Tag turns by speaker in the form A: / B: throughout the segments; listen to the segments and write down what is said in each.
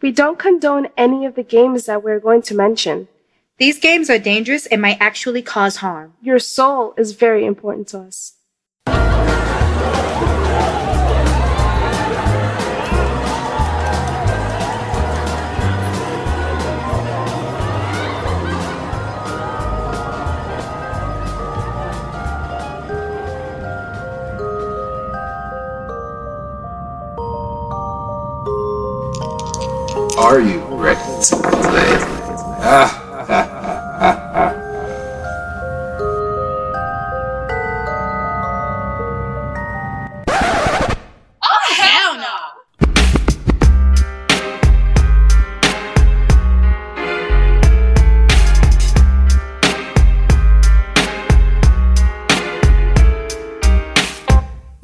A: We don't condone any of the games that we're going to mention.
B: These games are dangerous and might actually cause harm.
A: Your soul is very important to us.
C: Are you ready to play? Ah, ha, ha, ha, ha.
D: Oh, hell no!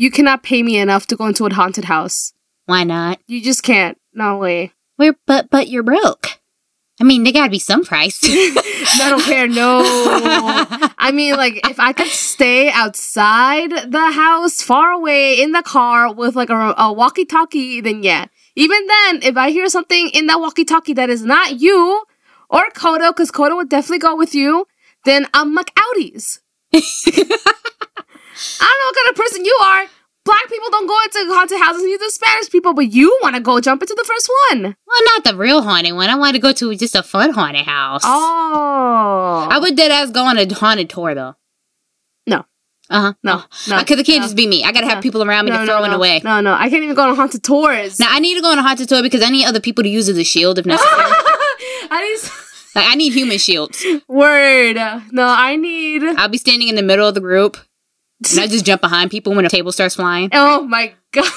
E: You cannot pay me enough to go into a haunted house.
F: Why not?
E: You just can't. No way.
F: We're but but you're broke. I mean, there gotta be some price.
E: I don't care. No. I mean, like, if I could stay outside the house, far away in the car with like a, a walkie talkie, then yeah. Even then, if I hear something in that walkie talkie that is not you or Kodo, because Kodo would definitely go with you, then I'm like outies. I don't know what kind of person you are. Black people don't go into haunted houses, neither do Spanish people, but you want to go jump into the first one.
F: well, not the real haunted one. I want to go to just a fun haunted house.
E: Oh.
F: I would dead ass go on a haunted tour though.
E: No.
F: Uh huh.
E: No, no.
F: Because it can't
E: no.
F: just be me. I gotta have
E: No.
F: people around me to throw it
E: no.
F: away.
E: No, no, I can't even go on haunted tours.
F: Now I need to go on a haunted tour because I need other people to use as a shield if necessary.
E: I just
F: like I need human shields.
E: word. No, I need.
F: I'll be standing in the middle of the group. And I just jump behind people when a table starts flying.
E: Oh my god!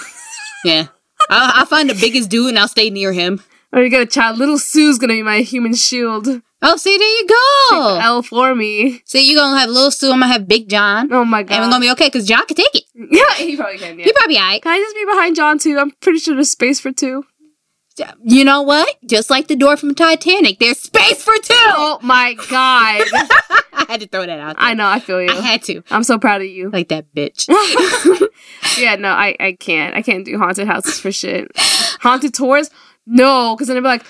F: Yeah. I'll, I'll find the biggest dude and I'll stay near him.
E: Are you gonna child? Little Sue's gonna be my human shield.
F: Oh, see, there you go.
E: L for me.
F: See, you're going to have Lil Sue. I'm going to have Big John.
E: Oh my god!
F: And we're going to be okay because John can take it.
E: yeah, he probably can. Yeah.
F: He probably all right.
E: Can I just be behind John too? I'm pretty sure there's space for two.
F: You know what? Just like the door from Titanic, there's space for two.
E: Oh my god!
F: I had to throw that out. There.
E: I know. I feel you.
F: I had to.
E: I'm so proud of you.
F: Like that bitch.
E: Yeah, no, I, I can't. I can't do haunted houses for shit. Haunted tours? No, because then I'd be like,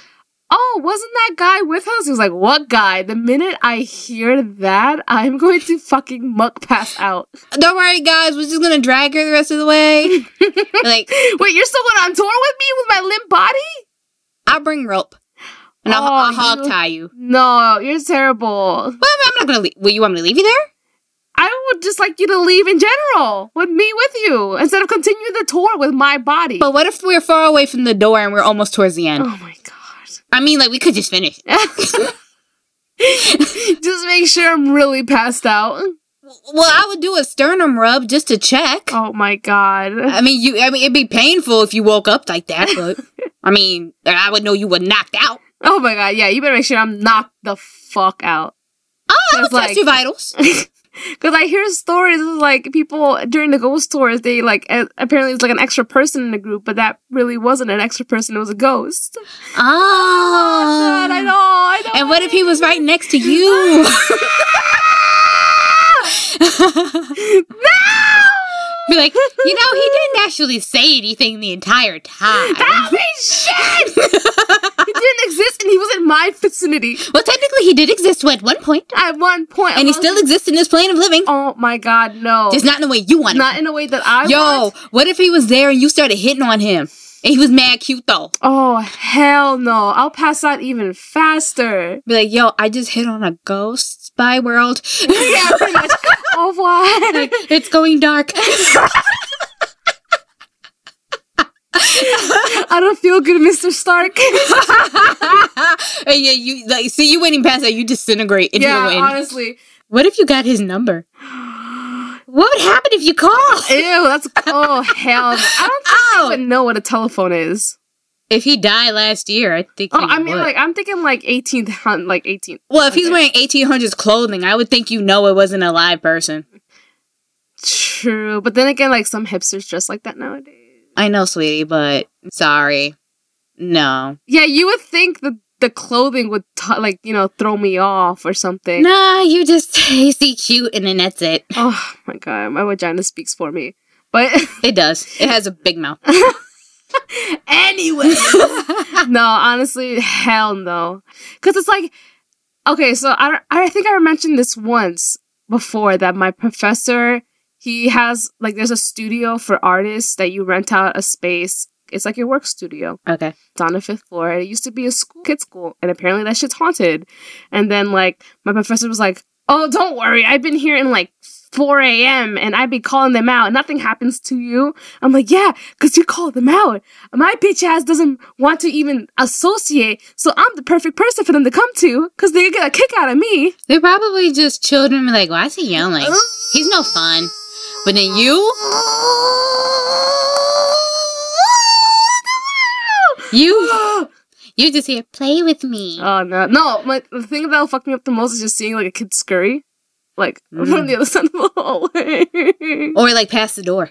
E: oh, wasn't that guy with us? He was like, what guy? The minute I hear that, I'm going to fucking muck pass out.
F: Don't worry, guys. We're just going to drag her the rest of the way. like,
E: Wait, you're still going on tour with me with my limp body?
F: I'll bring rope. And I'll,
E: Oh,
F: I'll hog
E: you-
F: tie you.
E: No, you're terrible.
F: Well, I'm not going to leave. Well, you want me to leave you there?
E: I would just like you to leave in general with me with you instead of continuing the tour with my body.
F: But what if we're far away from the door and we're almost towards the end?
E: oh my god.
F: I mean, like, we could just finish.
E: just make sure I'm really passed out.
F: Well, I would do a sternum rub just to check.
E: Oh my god.
F: I mean, you. I mean, it'd be painful if you woke up like that, but I mean, I would know you were knocked out.
E: Oh my god, yeah, you better make sure I'm knocked the fuck out.
F: Oh, I would
E: That's
F: test your vitals.
E: Cause I hear stories of, like people during the ghost tours, they like a- apparently it's like an extra person in the group, but that really wasn't an extra person; it was a ghost.
F: Oh,
E: Oh, God, I know, I know.
F: And what if he was right next to you? Be like, you know, he didn't actually say anything the entire time.
E: Holy shit! he didn't exist, and he was in my vicinity
F: Well, technically, he did exist at one point,
E: at one point,
F: and
E: I'm
F: he still
E: like,
F: exists in this plane of living,
E: Oh my god, no!
F: just not in the way you want it.
E: not in a way that I
F: Yo,
E: want.
F: what if he was there and you started hitting on him? And he was mad cute though.
E: Oh hell no! I'll pass out even faster.
F: Be like, yo, I just hit on a ghost spy world.
E: Yeah, pretty much. Au revoir.
F: Like, it's going dark.
E: I don't feel good, Mr. Stark.
F: and yeah, you like see you went even past that, you disintegrate into
E: yeah,
F: the wind.
E: honestly.
F: what if you got his number? What would happen if you called?
E: Ew, that's oh hell. no. I don't think I
F: Ow.
E: would know what a telephone is.
F: If he died last year, I think.
E: Oh,
F: he
E: I mean,
F: would.
E: like I'm thinking like 18th, hun- like 18th.
F: well, if he's
E: okay.
F: wearing 1800s clothing, I would think you know it wasn't a live person.
E: True, but then again, like some hipsters dress like that nowadays.
F: I know, sweetie, but sorry, no.
E: Yeah, you would think that the clothing would t- like you know throw me off or something.
F: Nah, you just you see cute and then that's it.
E: Oh my god, my vagina speaks for me. But
F: It does. It has a big mouth.
E: anyway. no, honestly, hell no. Because it's like, okay, so I, I think I mentioned this once before that my professor, he has, like, there's a studio for artists that you rent out a space. It's like your work studio.
F: Okay.
E: It's on the fifth floor. and It used to be a school, kid school, and apparently that shit's haunted. And then, like, my professor was like, oh, don't worry. I've been here in like 4 a.m. and I'd be calling them out. and Nothing happens to you. I'm like, yeah, because you call them out. My bitch ass doesn't want to even associate. So I'm the perfect person for them to come to because they get a kick out of me.
F: They're probably just children like, why is he yelling? He's no fun. But then you, you,
E: oh,
F: you just here, play with me.
E: no. No, my, the thing that'll fuck me up the most is just seeing like a kid scurry. Like from the other side of the hallway.
F: Or like past the door.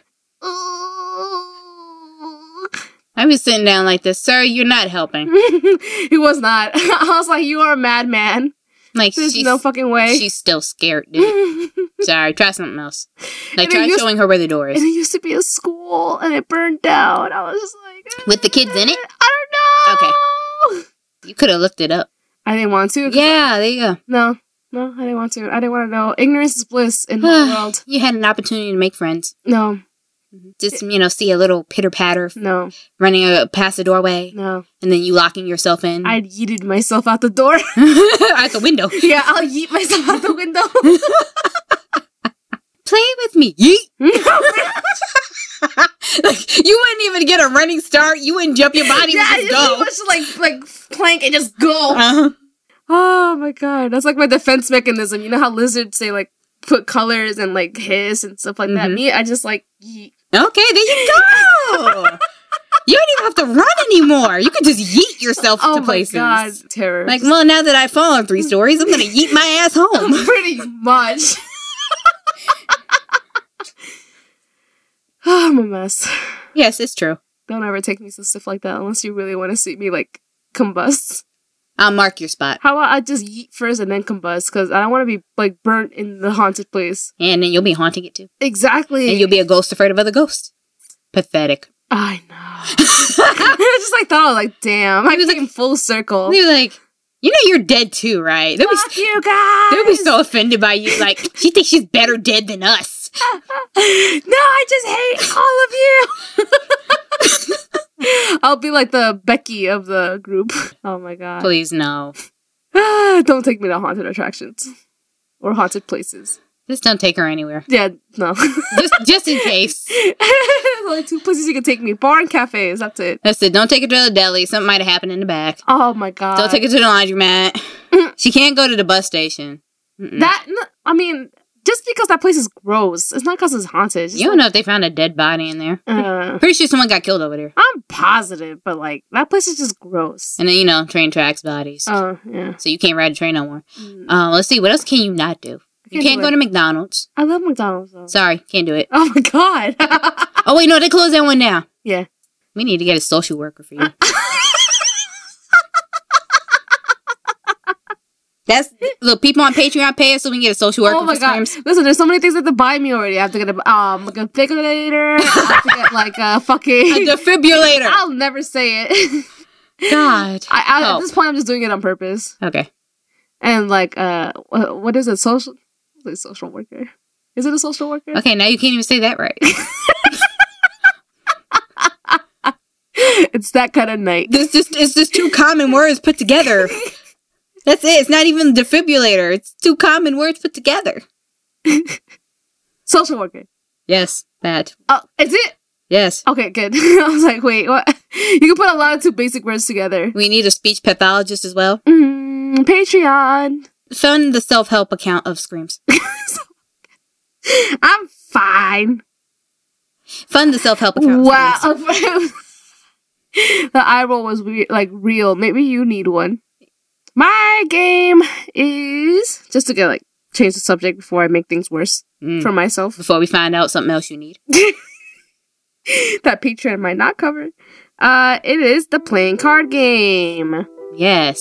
F: I'm just sitting down like this, sir, you're not helping.
E: he was not. I was like, you are a madman.
F: Like,
E: There's
F: she's,
E: no fucking way.
F: she's still scared, dude. Sorry, try something else. Like,
E: And it
F: try
E: used-
F: showing her where the door
E: and
F: is.
E: it used to be a school and it burned down. I was just like,
F: With the kids in it?
E: I don't know. Okay.
F: You could have looked it up.
E: I didn't want to. 'cause-
F: Yeah, uh, there you go.
E: No, no, I didn't want to. I didn't want to know. Ignorance is bliss in the world.
F: You had an opportunity to make friends.
E: No,
F: Just, you know, see a little pitter patter
E: no,
F: running uh, past the doorway
E: no.
F: and then you locking yourself in
E: I yeeted myself out the door.
F: out the window.
E: yeah, I'll yeet myself out the window.
F: Play with me. Yeet.
E: Hmm.
F: like, you wouldn't even get a running start. You wouldn't jump your body.
E: yeah, I
F: would just go.
E: just pretty much like like plank and just go.
F: Uh-huh.
E: Oh my god, that's like my defense mechanism. You know how lizards say like put colors and like hiss and stuff like that.
F: Mhm.
E: Me, I just like yeet.
F: Okay, there you go. you don't even have to run anymore. You could just yeet yourself
E: Oh
F: to
E: my
F: places.
E: god, Hmm. terror.
F: Like, well, now that I've fallen three stories, I'm gonna yeet my ass home.
E: pretty much. I'm a mess.
F: yes, it's true.
E: Don't ever take me to stuff like that unless you really want to see me like combust.
F: I'll mark your spot,
E: How about I just yeet first and then combust? Because I don't want to be like burnt in the haunted place.
F: and then you'll be haunting it too,
E: Exactly.
F: and you'll be a ghost afraid of other ghosts. Pathetic.
E: I know. I just like thought, like, damn, I was like in full circle.
F: They're like, you know, you're dead too, right? They'll be,
E: Fuck you guys.
F: they'll be so offended by you. Like, she thinks she's better dead than us.
E: no, I just hate all of you. I'll be like the Becky of the group. Oh my god.
F: Please no.
E: Don't take me to haunted attractions or haunted places.
F: Just don't take her anywhere.
E: Yeah, no.
F: Just, just in case.
E: There's only two places you can take me bar and cafes. That's it.
F: That's it. Don't take her to the deli. Something might have happened in the back.
E: Oh my god.
F: Don't take her to the laundromat. she can't go to the bus station. Mm-mm.
E: That, n- I mean, just because that place is gross, it's not because it's haunted. It's just
F: you don't know if they found a dead body in there.
E: like, uh,
F: Pretty sure someone got killed over there.
E: I'm positive, but like, that place is just gross.
F: And then, you know, train tracks bodies.
E: Oh, yeah.
F: So you can't ride a train no more.
E: Mm.
F: Um, let's see. What else can you not do? You
E: can't
F: can't
E: do
F: go
E: it.
F: to McDonald's.
E: I love McDonald's though.
F: Sorry, can't do it.
E: Oh my god.
F: Oh, wait, no, they closed that one now.
E: Ah. Yeah. Ah.
F: We need to get a social worker for you. That's look, people on Patreon pay us so we can get a social worker
E: Oh my
F: for
E: god!
F: terms.
E: Listen, there's so many things I have to buy me already. I have to get a um like a defibrillator. I have to get like a
F: A
E: fucking.
F: defibrillator.
E: I'll never say it.
F: God.
E: I, I, at
F: Help.
E: this point, I'm just doing it on purpose.
F: Okay.
E: And like, uh, wha- what is it? Social, what is social worker? Is it a social worker?
F: Okay, now you can't even say that right.
E: it's that kind of night.
F: this just it's just two common words put together. That's it. It's not even defibrillator. It's two common words put together.
E: Social worker.
F: Yes, that.
E: Oh, is it?
F: Yes.
E: Okay, good. I was like, wait, what? You can put a lot of two basic words together.
F: We need a speech pathologist as well.
E: Mm, Patreon.
F: Fund the self help account of Screams.
E: I'm fine.
F: Fund the self help account. of
E: Wow.
F: Screams.
E: the eye roll was re- like real. Maybe you need one. My game is just to get like change the subject before I make things worse
F: Mm.
E: for myself
F: Before we find out something else you need.
E: that Patreon might not cover. Uh, it is the playing card game.
F: Yes.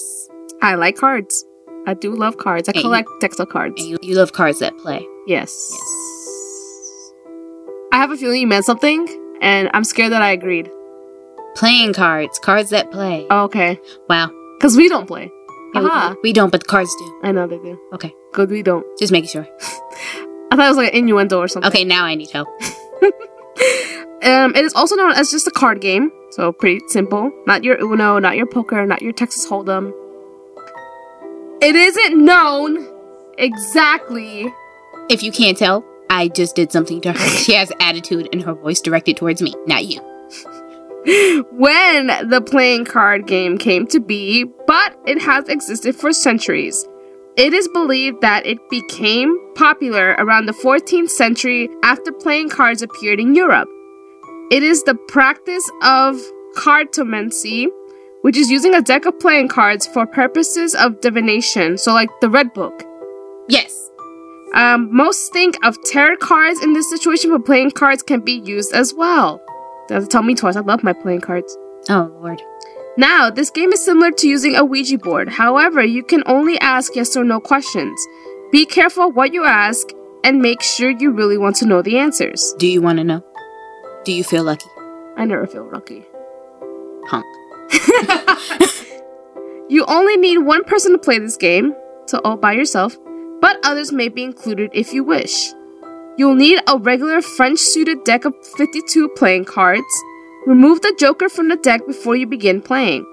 E: I like cards. I do love cards. I
F: And you-
E: collect decks of cards.
F: And you, you love cards that play.
E: yes. I have a feeling you meant something, and I'm scared that I agreed. Oh,
F: Playing cards, cards that play.
E: Okay.
F: Wow.
E: Because we don't play.
F: Yeah, we-
E: Aha.
F: we, don't, but the cards do.
E: I know they do.
F: Okay,
E: Good, we don't.
F: just making sure.
E: I thought it was like an innuendo or something.
F: Okay, now I need help.
E: Um, it is also known as just a card game, so pretty simple. Not your Uno, not your poker, not your Texas Hold'em. It isn't known exactly.
F: If you can't tell, I just did something to her. She has attitude and her voice directed towards me, not you.
E: when the playing card game came to be, but it has existed for centuries. It is believed that it became popular around the 14th century after playing cards appeared in Europe. It is the practice of cartomancy, which is using a deck of playing cards for purposes of divination, so like the Red Book.
F: Yes.
E: Um, most think of tarot cards in this situation, but playing cards can be used as well. Doesn't tell me twice, I love my playing cards.
F: Oh, Lord.
E: Now, this game is similar to using a Ouija board. However, you can only ask yes or no questions. Be careful what you ask and make sure you really want to know the answers.
F: Do you want to know? Do you feel lucky?
E: I never feel lucky.
F: Honk.
E: You only need one person to play this game, so all by yourself, but others may be included if you wish. You'll need a regular French suited deck of 52 playing cards. Remove the joker from the deck before you begin playing.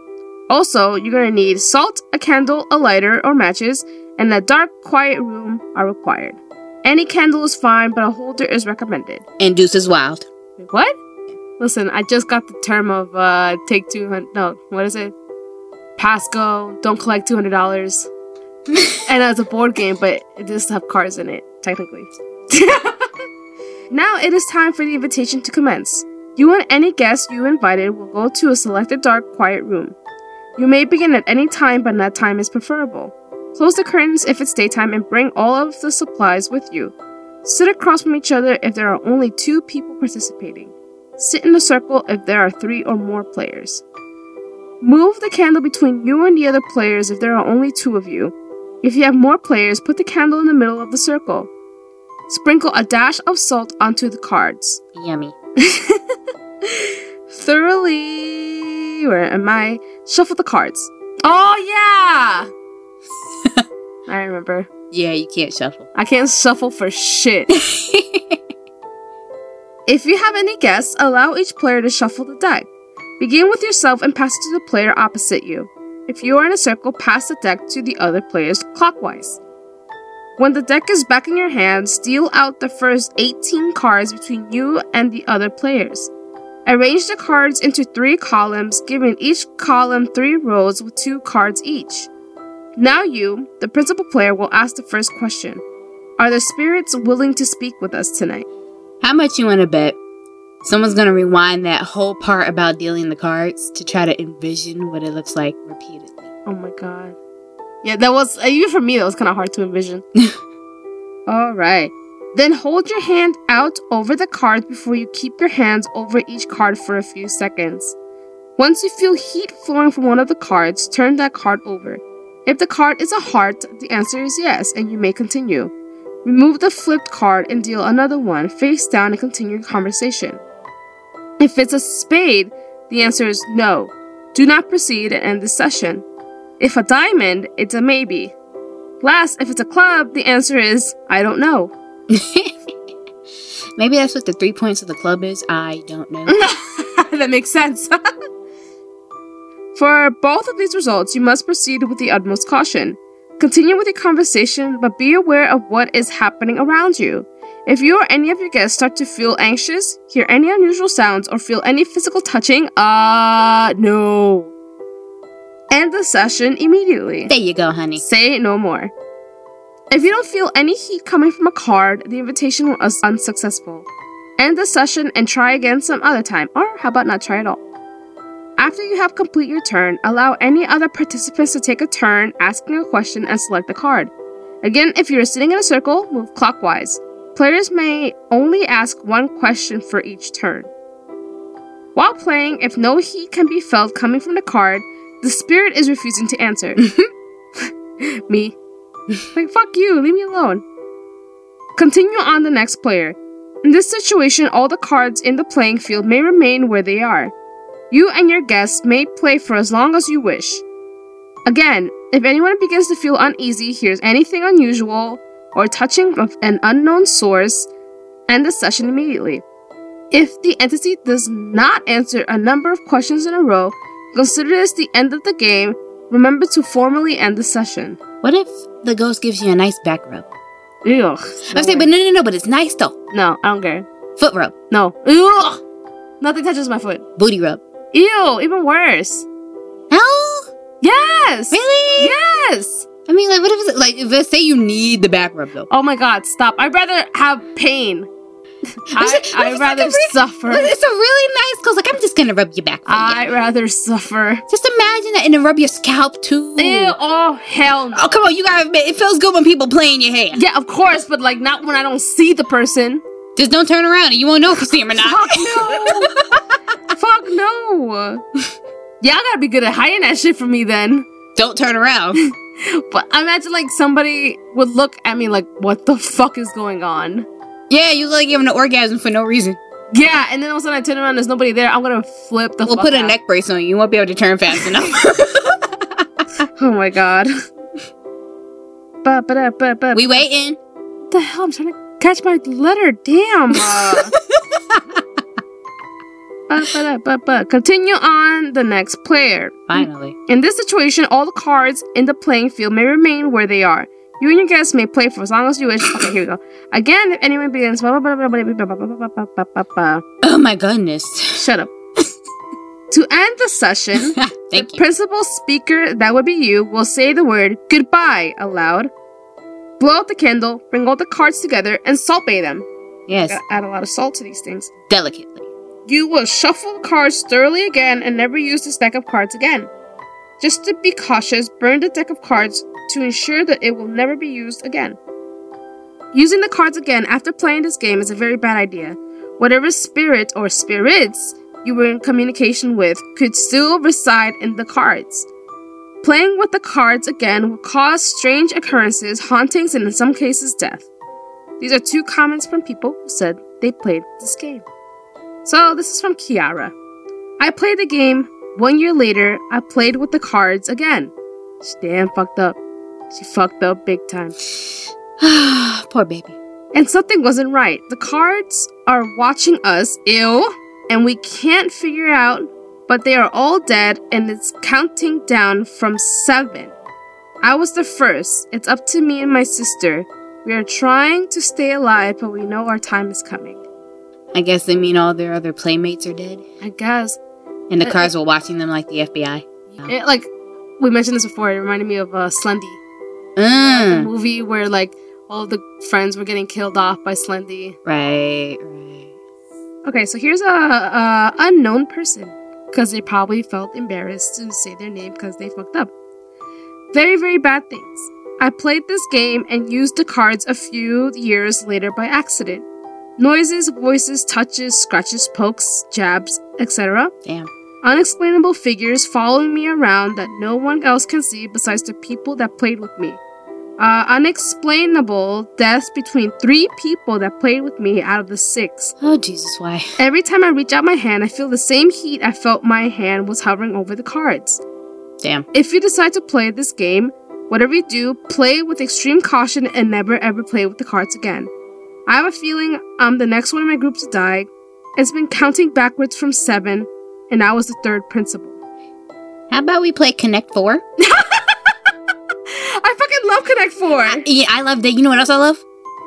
E: Also, you're going to need salt, a candle, a lighter or matches, and a dark, quiet room are required. Any candle is fine, but a holder is recommended.
F: And Deuce is wild.
E: Wait, what? Listen, I just got the term of uh take two hundred. No, what is it? Pasco. Don't collect two hundred dollars. and it's a board game, but it does have cards in it, technically. now it is time for the invitation to commence. You and any guest you invited will go to a selected dark, quiet room. You may begin at any time, but not time is preferable. Close the curtains if it's daytime and bring all of the supplies with you. Sit across from each other if there are only two people participating. Sit in a circle if there are three or more players. Move the candle between you and the other players if there are only two of you. If you have more players, put the candle in the middle of the circle. Sprinkle a dash of salt onto the cards.
F: Yummy.
E: Thoroughly. Where am I? Shuffle the cards. Oh, yeah! I remember.
F: Yeah, you can't shuffle.
E: I can't shuffle for shit. if you have any guests, allow each player to shuffle the deck. Begin with yourself and pass it to the player opposite you. If you are in a circle, pass the deck to the other players clockwise. When the deck is back in your hand, steal out the first 18 cards between you and the other players. Arrange the cards into three columns, giving each column three rows with two cards each. Now you, the principal player, will ask the first question. Are the spirits willing to speak with us tonight?
F: How much you want to bet? Someone's going to rewind that whole part about dealing the cards to try to envision what it looks like repeatedly.
E: Oh my god. Yeah, that was uh, even for me that was kind of hard to envision. All right. Then hold your hand out over the card before you keep your hands over each card for a few seconds. Once you feel heat flowing from one of the cards, turn that card over. If the card is a heart, the answer is yes, and you may continue. Remove the flipped card and deal another one face down and continue conversation. If it's a spade, the answer is no. Do not proceed and end the session. If a diamond, it's a maybe. Last, if it's a club, the answer is I don't know.
F: Maybe that's what the three points of the club is. I don't know.
E: that makes sense. For both of these results, you must proceed with the utmost caution. Continue with your conversation, but be aware of what is happening around you. If you or any of your guests start to feel anxious, hear any unusual sounds, or feel any physical touching, uh, no. End the session immediately.
F: there you go, honey.
E: Say no more. If you don't feel any heat coming from a card, the invitation was unsuccessful. End the session and try again some other time, or how about not try at all? After you have complete your turn, allow any other participants to take a turn asking a question and select the card. Again, if you are sitting in a circle, move clockwise. Players may only ask one question for each turn. While playing, if no heat can be felt coming from the card, the spirit is refusing to answer me. like, fuck you, leave me alone. Continue on the next player. In this situation, all the cards in the playing field may remain where they are. You and your guests may play for as long as you wish. Again, if anyone begins to feel uneasy, hears anything unusual, or touching of an unknown source, end the session immediately. If the entity does not answer a number of questions in a row, consider this the end of the game. Remember to formally end the session.
F: What if the ghost gives you a nice back rub?
E: Ugh.
F: I say, but no, no, no, but it's nice though.
E: No, I don't care.
F: Foot rub,
E: No. Ugh. Nothing touches my foot.
F: booty rub.
E: Ew, even worse.
F: Oh,
E: Yes!
F: really?
E: Yes!
F: I mean, like, what if it's like, if let's say you need the back rub though?
E: Oh my god, stop. I'd rather have pain. I,
F: It's-
E: I'd
F: it's like a
E: rather
F: re-
E: suffer.
F: But It's a really nice ghost. Like, I'm just gonna rub your back. For you.
E: I'd rather suffer.
F: Just imagine that, and then rub your scalp too.
E: Ew, oh hell no.
F: Oh, come on, you gotta admit, it feels good when people play in your hair.
E: Yeah, of course, but like not when I don't see the person.
F: Just don't turn around, and you won't know if you see him or
E: Fuck
F: not.
E: no. Fuck no. Y'all gotta be good at hiding that shit from me then.
F: don't turn around.
E: But imagine like somebody would look at me like, what the fuck is going on?
F: Yeah, you look like you're having an orgasm for no reason.
E: Yeah, and then all of a sudden I turn around, there's nobody there. I'm gonna flip the.
F: We'll
E: fuck
F: put a
E: out.
F: neck brace on you. You won't be able to turn fast enough.
E: Oh my god. ba ba da ba ba.
F: we waiting.
E: What the hell? I'm trying to catch my letter. Damn. Uh. ba ba da ba ba. Continue on the next player.
F: Finally.
E: In this situation, all the cards in the playing field may remain where they are. You and your guests may play for as long as you wish. Okay, here we go. Again, if anyone begins, blah, blah, blah, blah, blah, blah, blah, blah, blah, blah, blah, blah.
F: Oh my goodness.
E: shut up. to end the session,
F: Thank
E: the
F: you.
E: principal speaker, that would be you, will say the word goodbye aloud, blow out the candle, bring all the cards together, and salt bay them.
F: Yes,
E: Gotta add a lot of salt to these things.
F: delicately.
E: You will shuffle the cards thoroughly again and never use the stack of cards again. Just to be cautious, burn the deck of cards to ensure that it will never be used again. Using the cards again after playing this game is a very bad idea. Whatever spirit or spirits you were in communication with could still reside in the cards. Playing with the cards again will cause strange occurrences, hauntings, and in some cases, death. These are two comments from people who said they played this game. So, this is from Kiara. I played the game. One year later, I played with the cards again. She damn fucked up. She fucked up big time.
F: Oh, Poor baby.
E: And something wasn't right. The cards are watching us, ew, and we can't figure out, but they are all dead and it's counting down from seven. I was the first. It's up to me and my sister. We are trying to stay alive, but we know our time is coming.
F: I guess they mean all their other playmates are dead.
E: I guess
F: And the
E: Uh,
F: cars were watching them like the FBI.
E: It, Eh, like we mentioned this before, it reminded me of uh, Slendy, the
F: Mm.
E: movie where like all the friends were getting killed off by Slendy.
F: Right, right.
E: Okay, so here's a, a unknown person because they probably felt embarrassed to say their name because they fucked up. Very very bad things. I played this game and used the cards a few years later by accident. Noises, voices, touches, scratches, pokes, jabs, etc.
F: Damn.
E: Unexplainable figures following me around that no one else can see besides the people that played with me. Uh, unexplainable deaths between three people that played with me out of the six.
F: Oh, Jesus, why?
E: Every time I reach out my hand, I feel the same heat I felt my hand was hovering over the cards.
F: Damn.
E: If you decide to play this game, whatever you do, play with extreme caution and never ever play with the cards again. I have a feeling I'm the next one in my group to die. It's been counting backwards from seven, and I was the third principal.
F: How about we play Connect 4?
E: I fucking love Connect Four.
F: I,
E: I,
F: yeah, I love that. You know what else I love?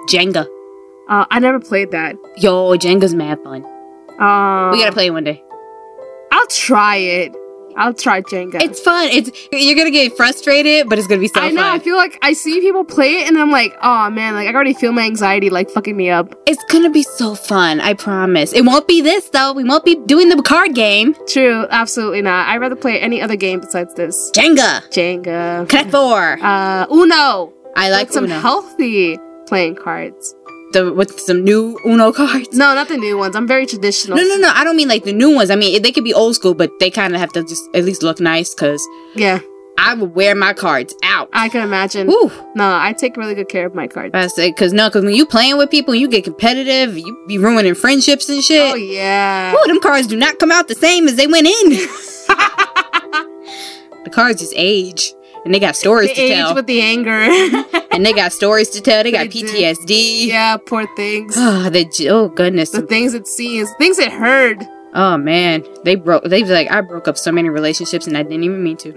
F: Jenga.
E: uh, I never played that.
F: Yo, Jenga's mad fun.
E: Um,
F: We gotta play one day.
E: I'll try it. I'll try Jenga.
F: It's fun. It's you're gonna get frustrated, but it's gonna be so
E: I know. I
F: fun.
E: feel like I see people play it, and I'm like, oh man, like I already feel my anxiety like fucking me up.
F: It's gonna be so fun. I promise. It won't be this though. We won't be doing the card game.
E: True, absolutely not. I'd rather play any other game besides this.
F: Jenga.
E: Jenga,
F: Connect four.
E: uh, Uno.
F: I like
E: With some
F: Uno.
E: healthy playing cards.
F: The- with some new Uno cards.
E: No, not the new ones. I'm very traditional.
F: No, no, no. I don't mean like the new ones. I mean they could be old school, but they kind of have to just at least look nice because
E: Yeah,
F: I would wear my cards out.
E: I can imagine.
F: Woo. Uh,
E: No, I take really good care of my cards.
F: I say, cause no, cause when you playing with people, you get competitive. You be ruining friendships and
E: Oh
F: shit.
E: yeah.
F: Ooh, them cards do not come out the same as they went in. the cards just age, and they got stories
E: The
F: to
E: age
F: tell.
E: with the anger.
F: and they got stories to tell. They got
E: They do.
F: PTSD.
E: yeah, poor things.
F: Oh, the j- oh goodness.
E: the things it sees, things it heard.
F: Oh man, they broke. They was like I broke up so many relationships, and I didn't even mean to.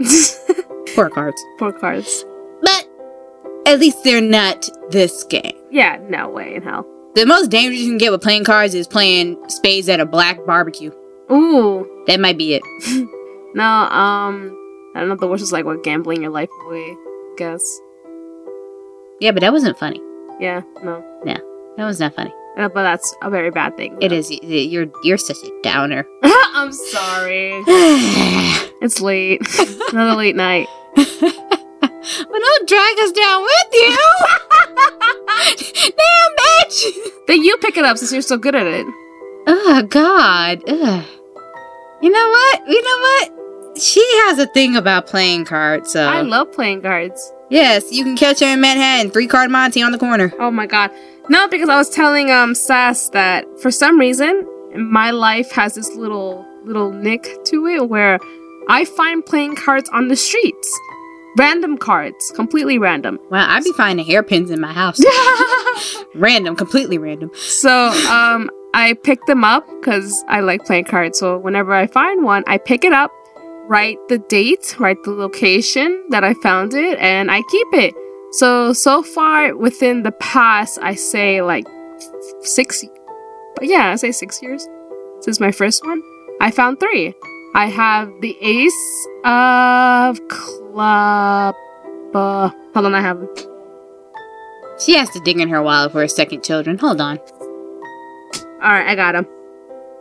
F: Poor cards.
E: Poor cards.
F: But at least they're not this game.
E: Yeah, no way in hell.
F: The most dangerous you can get with playing cards is playing spades at a black barbecue.
E: Ooh,
F: That might be it.
E: no. Um, I don't know. The worst is like what gambling your life away. I guess.
F: Yeah, but that wasn't funny.
E: Yeah, no.
F: That was not funny.
E: Uh, but that's a very bad thing.
F: It is. y- y- You're you're such a downer.
E: I'm sorry.
F: well,
E: It's late. Another late night.
F: don't drag us down with you. Damn, bitch.
E: Then you pick it up since you're so good at it.
F: Oh God. Ugh. You know what? You know what? She has a thing about playing cards. So
E: I love playing cards.
F: yes, you can catch her in Manhattan. Three card Monty on the corner.
E: Oh my god. No, because I was telling um Sass that for some reason my life has this little little nick to it where I find playing cards on the streets. Random cards, completely random.
F: Wow, I'd be finding hairpins in my house. random, completely random.
E: so um I pick them up because I like playing cards. So whenever I find one, I pick it up, write the date, write the location that I found it, and I keep it. So so far within the past, I say like six, but yeah, I say six years since my first one. I found three. I have the Ace of Club. Uh, hold on, I have
F: She has to dig in her wallet for her second children. Hold on. All
E: All right, I got him.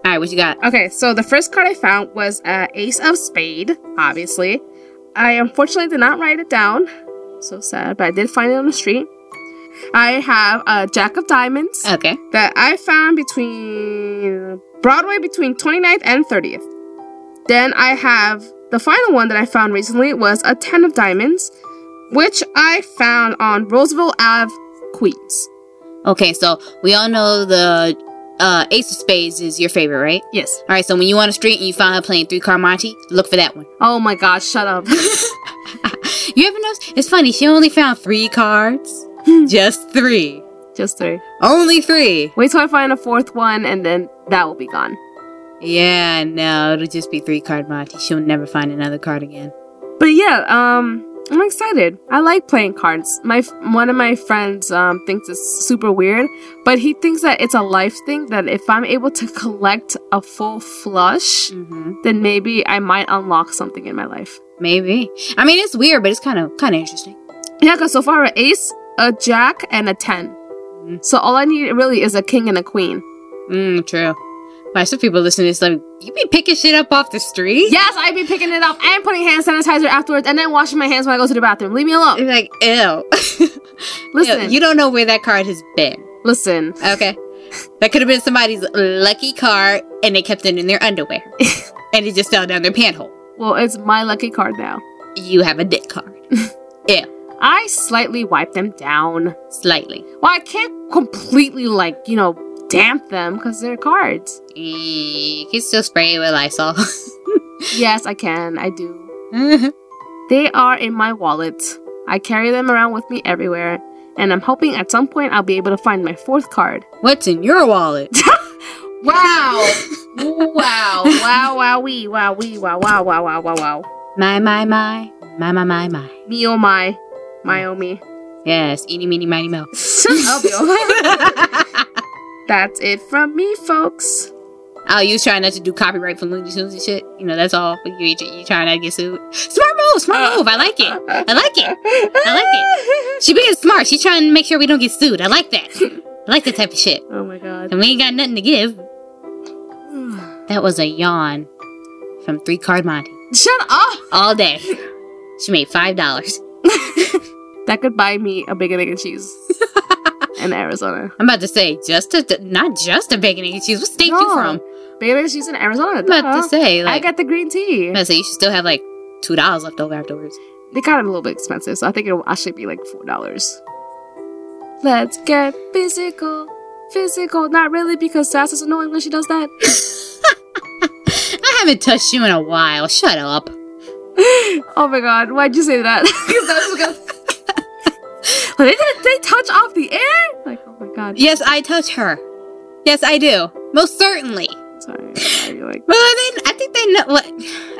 F: right, what you got?
E: Okay, so the first card I found was uh, Ace of Spade, obviously. I unfortunately did not write it down. So sad, but I did find it on the street. I have a Jack of Diamonds
F: Okay.
E: that I found between Broadway between 29th and 30th. Then I have the final one that I found recently was a 10 of Diamonds, which I found on Roosevelt Ave, Queens.
F: Okay, so we all know the uh, Ace of Spades is your favorite, right?
E: Yes.
F: All right, so when you on the street and you find her playing three card Monty, look for that one.
E: Oh my gosh, shut up.
F: You ever notice? It's funny. She only found three cards. Just three.
E: Just three.
F: Only three.
E: Wait till I find a fourth one, and then that will be gone.
F: Yeah, no, it'll just be three card Monty. She'll never find another card again.
E: But yeah, um, I'm excited. I like playing cards. My f- one of my friends um, thinks it's super weird, but he thinks that it's a life thing. That if I'm able to collect a full flush,
F: Mm-hmm.
E: then maybe I might unlock something in my life.
F: Maybe. I mean, it's weird, but it's kind of kind of interesting.
E: Yeah, cause so far an ace, a jack, and a ten. So all I need really is a king and a queen.
F: Mm, true. Why some people listen to this like you be picking shit up off the street?
E: Yes, I'd be picking it up and putting hand sanitizer afterwards, and then washing my hands when I go to the bathroom. Leave me alone.
F: It's like ew.
E: Listen,
F: Ew, you don't know where that card has been.
E: listen.
F: Okay. That could have been somebody's lucky card, and they kept it in their underwear, and it just fell down their panthole.
E: Well, it's my lucky card now.
F: You have a dick card. Ew,
E: I slightly wipe them down.
F: slightly.
E: Well, I can't completely, like, you know, damp them because they're cards.
F: You can still spray it with Lysol. Mm-hmm.
E: Yes, I can. I do. They are in my wallet. I carry them around with me everywhere. And I'm hoping at some point I'll be able to find my fourth card.
F: What's in your wallet?
E: Wow! wow! Wow! Wow! Wee! Wow! Wee! Wow! Wow! Wow! Wow! Wow! Wow!
F: my, my, my. My, my, my, my.
E: Me oh my, my oh me.
F: Yes, eeny, meeny, miny, mo.
E: Shut up, yo. That's it from me, folks.
F: Oh, you was trying not to do copyright for Looney Tunes and shit? You know, that's all. You, you, you trying not to get sued? Smart move, smart move. I like it. I like it. I like it. She being smart. She trying to make sure we don't get sued. I like that. I like that type of shit.
E: Oh my god.
F: And we ain't got nothing to give. That was a yawn from Three Card Monty.
E: Shut up!
F: All day. She made $5.
E: That could buy me a bacon, egg, and cheese in Arizona.
F: I'm about to say just a not just a bacon egg and cheese. What state you
E: No.
F: from?
E: Bacon, egg, and cheese in Arizona.
F: I'm about
E: duh.
F: to say like
E: I got the green
F: I'm
E: tea.
F: about to say you should still have like two dollars left over afterwards.
E: They got it a little bit expensive, so I think it'll actually be like four dollars. Let's get physical, physical. Not really, because Sass doesn't know English. She does that.
F: I haven't touched you in a while. Shut up.
E: Oh my god, why'd you say that? 'Cause that was gonna- Well, they didn't they touch off the air? Like, oh my god.
F: Yes, I touch her. Yes, I do. Most certainly.
E: Sorry. sorry, you're like,
F: Well, I mean, I think they know. What,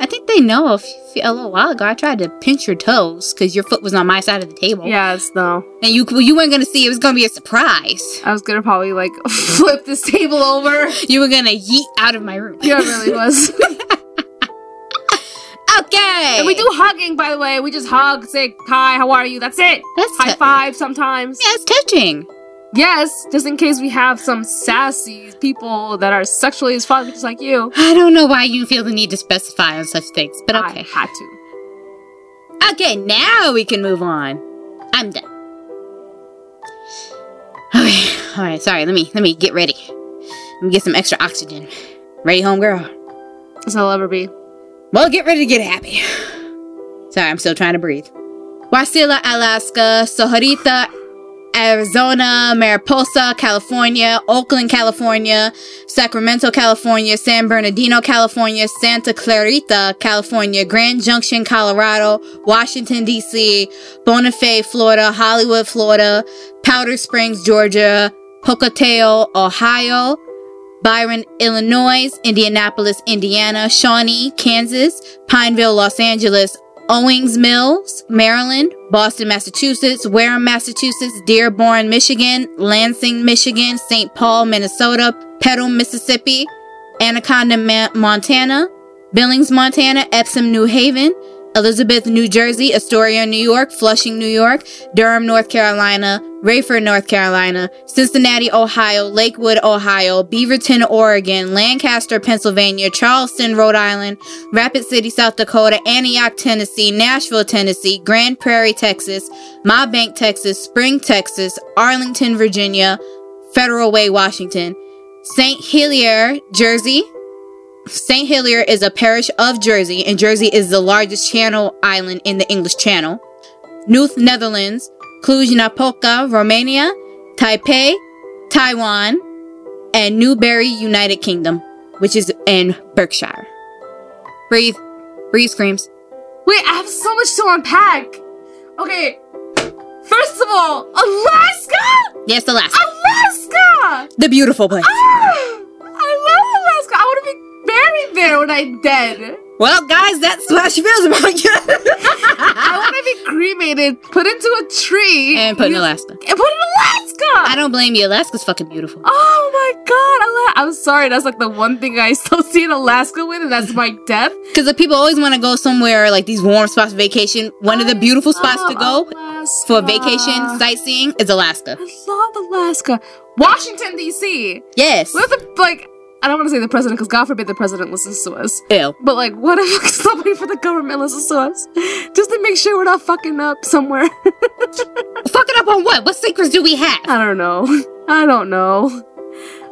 F: I think they know. If, if a little while ago, I tried to pinch your toes because your foot was on my side of the table.
E: yes, no.
F: and you you weren't gonna see. It was gonna be a surprise.
E: I was gonna probably like flip this table over.
F: You were gonna yeet out of my room.
E: Yeah, it really was.
F: Okay.
E: and we do hugging, by the way. We just hug, say hi, how are you? That's it.
F: That's
E: High
F: tou-
E: five sometimes.
F: Yeah, it's touching.
E: Yes, just in case we have some sassy people that are sexually as fuck, just like you.
F: I don't know why you feel the need to specify on such things, but
E: I
F: okay.
E: had to.
F: Okay, now we can move on. I'm done. Okay, all right. Sorry. Let me let me get ready. Let me get some extra oxygen. Ready, home girl.
E: So I'll ever be.
F: Well, get ready to get happy. Sorry, I'm still trying to breathe. Wasilla, Alaska, Soharita, Arizona, Mariposa, California, Oakland, California, Sacramento, California, San Bernardino, California, Santa Clarita, California, Grand Junction, Colorado, Washington, D.C., Bonifay, Florida, Hollywood, Florida, Powder Springs, Georgia, Pocatello, Ohio, Byron, Illinois, Indianapolis, Indiana, Shawnee, Kansas, Pineville, Los Angeles, Owings Mills, Maryland, Boston, Massachusetts, Wareham, Massachusetts, Dearborn, Michigan, Lansing, Michigan, St. Paul, Minnesota, Petal, Mississippi, Anaconda, Ma- Montana, Billings, Montana, Epsom, New Haven, Elizabeth, New Jersey, Astoria, New York, Flushing, New York, Durham, North Carolina, Rayford, North Carolina, Cincinnati, Ohio, Lakewood, Ohio, Beaverton, Oregon, Lancaster, Pennsylvania, Charleston, Rhode Island, Rapid City, South Dakota, Antioch, Tennessee, Nashville, Tennessee, Grand Prairie, Texas, Bank, Texas, Spring, Texas, Arlington, Virginia, Federal Way, Washington, St. Helier, Jersey, St. Helier is a parish of Jersey, and Jersey is the largest channel island in the English Channel. North Netherlands, Cluj-Napoca, Romania, Taipei, Taiwan, and Newbury, United Kingdom, which is in Berkshire. Breathe. Breathe screams.
E: Wait, I have so much to unpack. Okay, first of all, Alaska!
F: Yes, Alaska.
E: Alaska!
F: The beautiful place.
E: Ah, I love Alaska. I want to be buried there when I'm dead.
F: Well, guys, that's what she feels about you.
E: I want to be cremated, put into a tree,
F: and put in
E: you-
F: Alaska.
E: And put in Alaska.
F: I don't blame you. Alaska's fucking beautiful.
E: Oh my god, Ala- I'm sorry, that's like the one thing I still see in Alaska with, and that's my death.
F: Because the people always want to go somewhere like these warm spots for vacation. One of the beautiful spots to go
E: Alaska.
F: for vacation sightseeing is Alaska.
E: I love Alaska. Washington, D.C.
F: Yes.
E: What if the, like, I don't want to say the president, because God forbid the president listens to us.
F: Ew.
E: But like, what if somebody from the government listens to us? Just to make sure we're not fucking up somewhere.
F: Fuck it up on what? What secrets do we have?
E: I don't know. I don't know.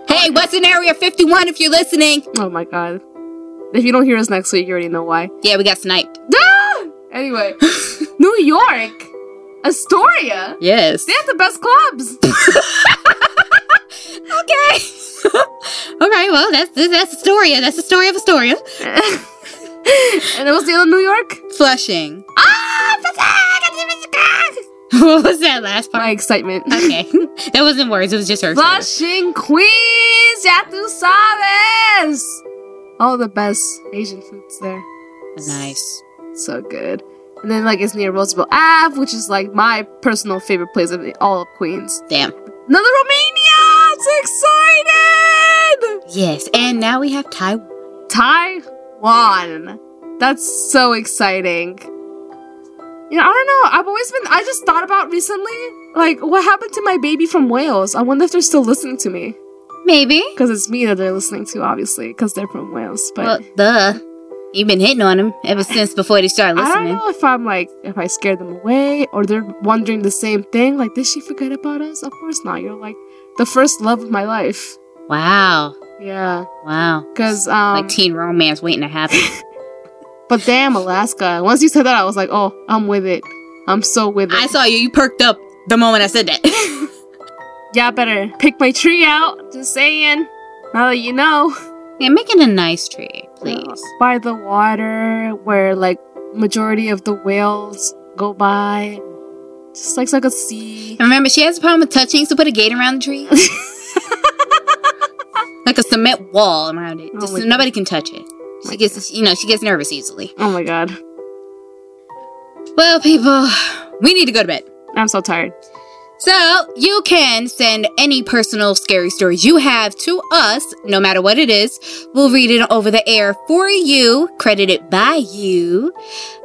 F: Hey, what's in Area 51 if you're listening?
E: Oh my god. If you don't hear us next week, you already know why.
F: Yeah, we got sniped.
E: Ah! Anyway, New York, Astoria.
F: Yes.
E: They have the best clubs.
F: Okay. All right, well, that's that's Astoria. That's the story of Astoria.
E: and it was the other New York.
F: Flushing. what was that last
E: My
F: part?
E: excitement.
F: Okay. that wasn't words, it was just her.
E: Flushing Queens, ya tu sabes. All the best Asian foods there.
F: Nice.
E: So good. And then like it's near Roosevelt Ave, which is like my personal favorite place of all of Queens.
F: Damn.
E: Another Romania! I'm so excited!
F: Yes, and now we have Taiwan.
E: Taiwan. That's so exciting. You know, I don't know. I've always been. I just thought about recently, like, what happened to my baby from Wales? I wonder if they're still listening to me.
F: Maybe.
E: Because it's me that they're listening to, obviously, because they're from Wales. But
F: Well, duh. You've been hitting on them ever since before they started
E: I don't
F: listening.
E: know if I'm like, if I scared them away or they're wondering the same thing. Like, did she forget about us? Of course not. You're like the first love of my life.
F: Wow.
E: Yeah.
F: Wow.
E: Because, um,
F: like teen romance waiting to happen.
E: But damn, Alaska. Once you said that, I was like, oh, I'm with it. I'm so with it.
F: I saw you. You perked up the moment I said that.
E: Y'all better pick my tree out. Just saying. Now that you know.
F: yeah, make it a nice tree, please.
E: By the water where like majority of the whales go by. Just like so I could see.
F: And remember, she has a problem with touching, so put a gate around the tree. like a cement wall around it.
E: Oh
F: Just
E: my
F: so nobody can touch it. She gets, you know, she gets nervous easily.
E: Oh my god.
F: Well, people, we need to go to bed.
E: I'm so tired.
F: So, you can send any personal scary stories you have to us, no matter what it is. We'll read it over the air for you, credited by you,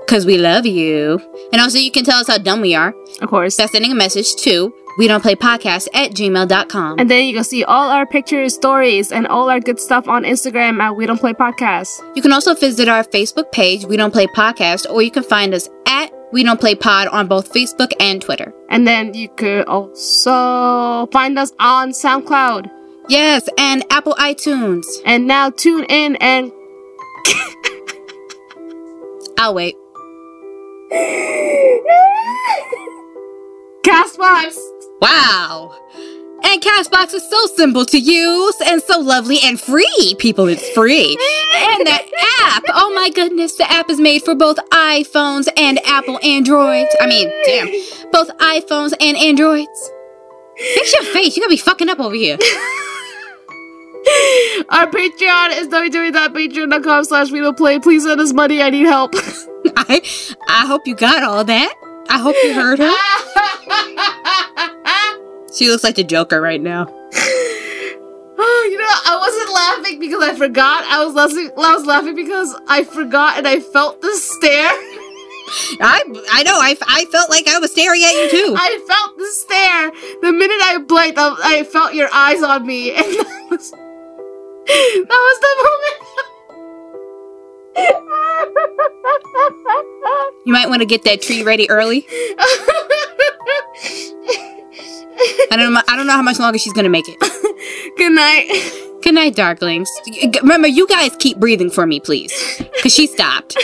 F: because we love you. And also, you can tell us how dumb we are
E: Of course.
F: by sending a message to we don't play podcast at gmail.com.
E: And then you can see all our pictures, stories, and all our good stuff on Instagram at We Don't Play Podcast.
F: You can also visit our Facebook page, We Don't Play Podcast, or you can find us at We Don't Play Pod on both Facebook and Twitter.
E: And then you could also find us on SoundCloud.
F: Yes, and Apple iTunes.
E: And now tune in and
F: I'll wait.
E: cast vibes.
F: Wow. And Cashbox is so simple to use and so lovely and free. People, it's free. and the app. Oh my goodness, the app is made for both iPhones and Apple Androids. I mean, damn. Both iPhones and Androids. Fix your face. You're gonna be fucking up over here.
E: Our Patreon is www.patreon.com slash we don't play. Please send us money. I need help.
F: I I hope you got all that. I hope you heard her. she looks like the Joker right now.
E: Oh, you know, I wasn't laughing because I forgot. I was laughing, I was laughing because I forgot and I felt the stare.
F: I I know. I, I felt like I was staring at you too.
E: I felt the stare. The minute I blinked, I, I felt your eyes on me, and that was that was the moment.
F: You might want to get that tree ready early. I don't know. I don't know how much longer she's gonna make it.
E: Good night.
F: Good night, darklings. Remember, you guys keep breathing for me, please, because she stopped.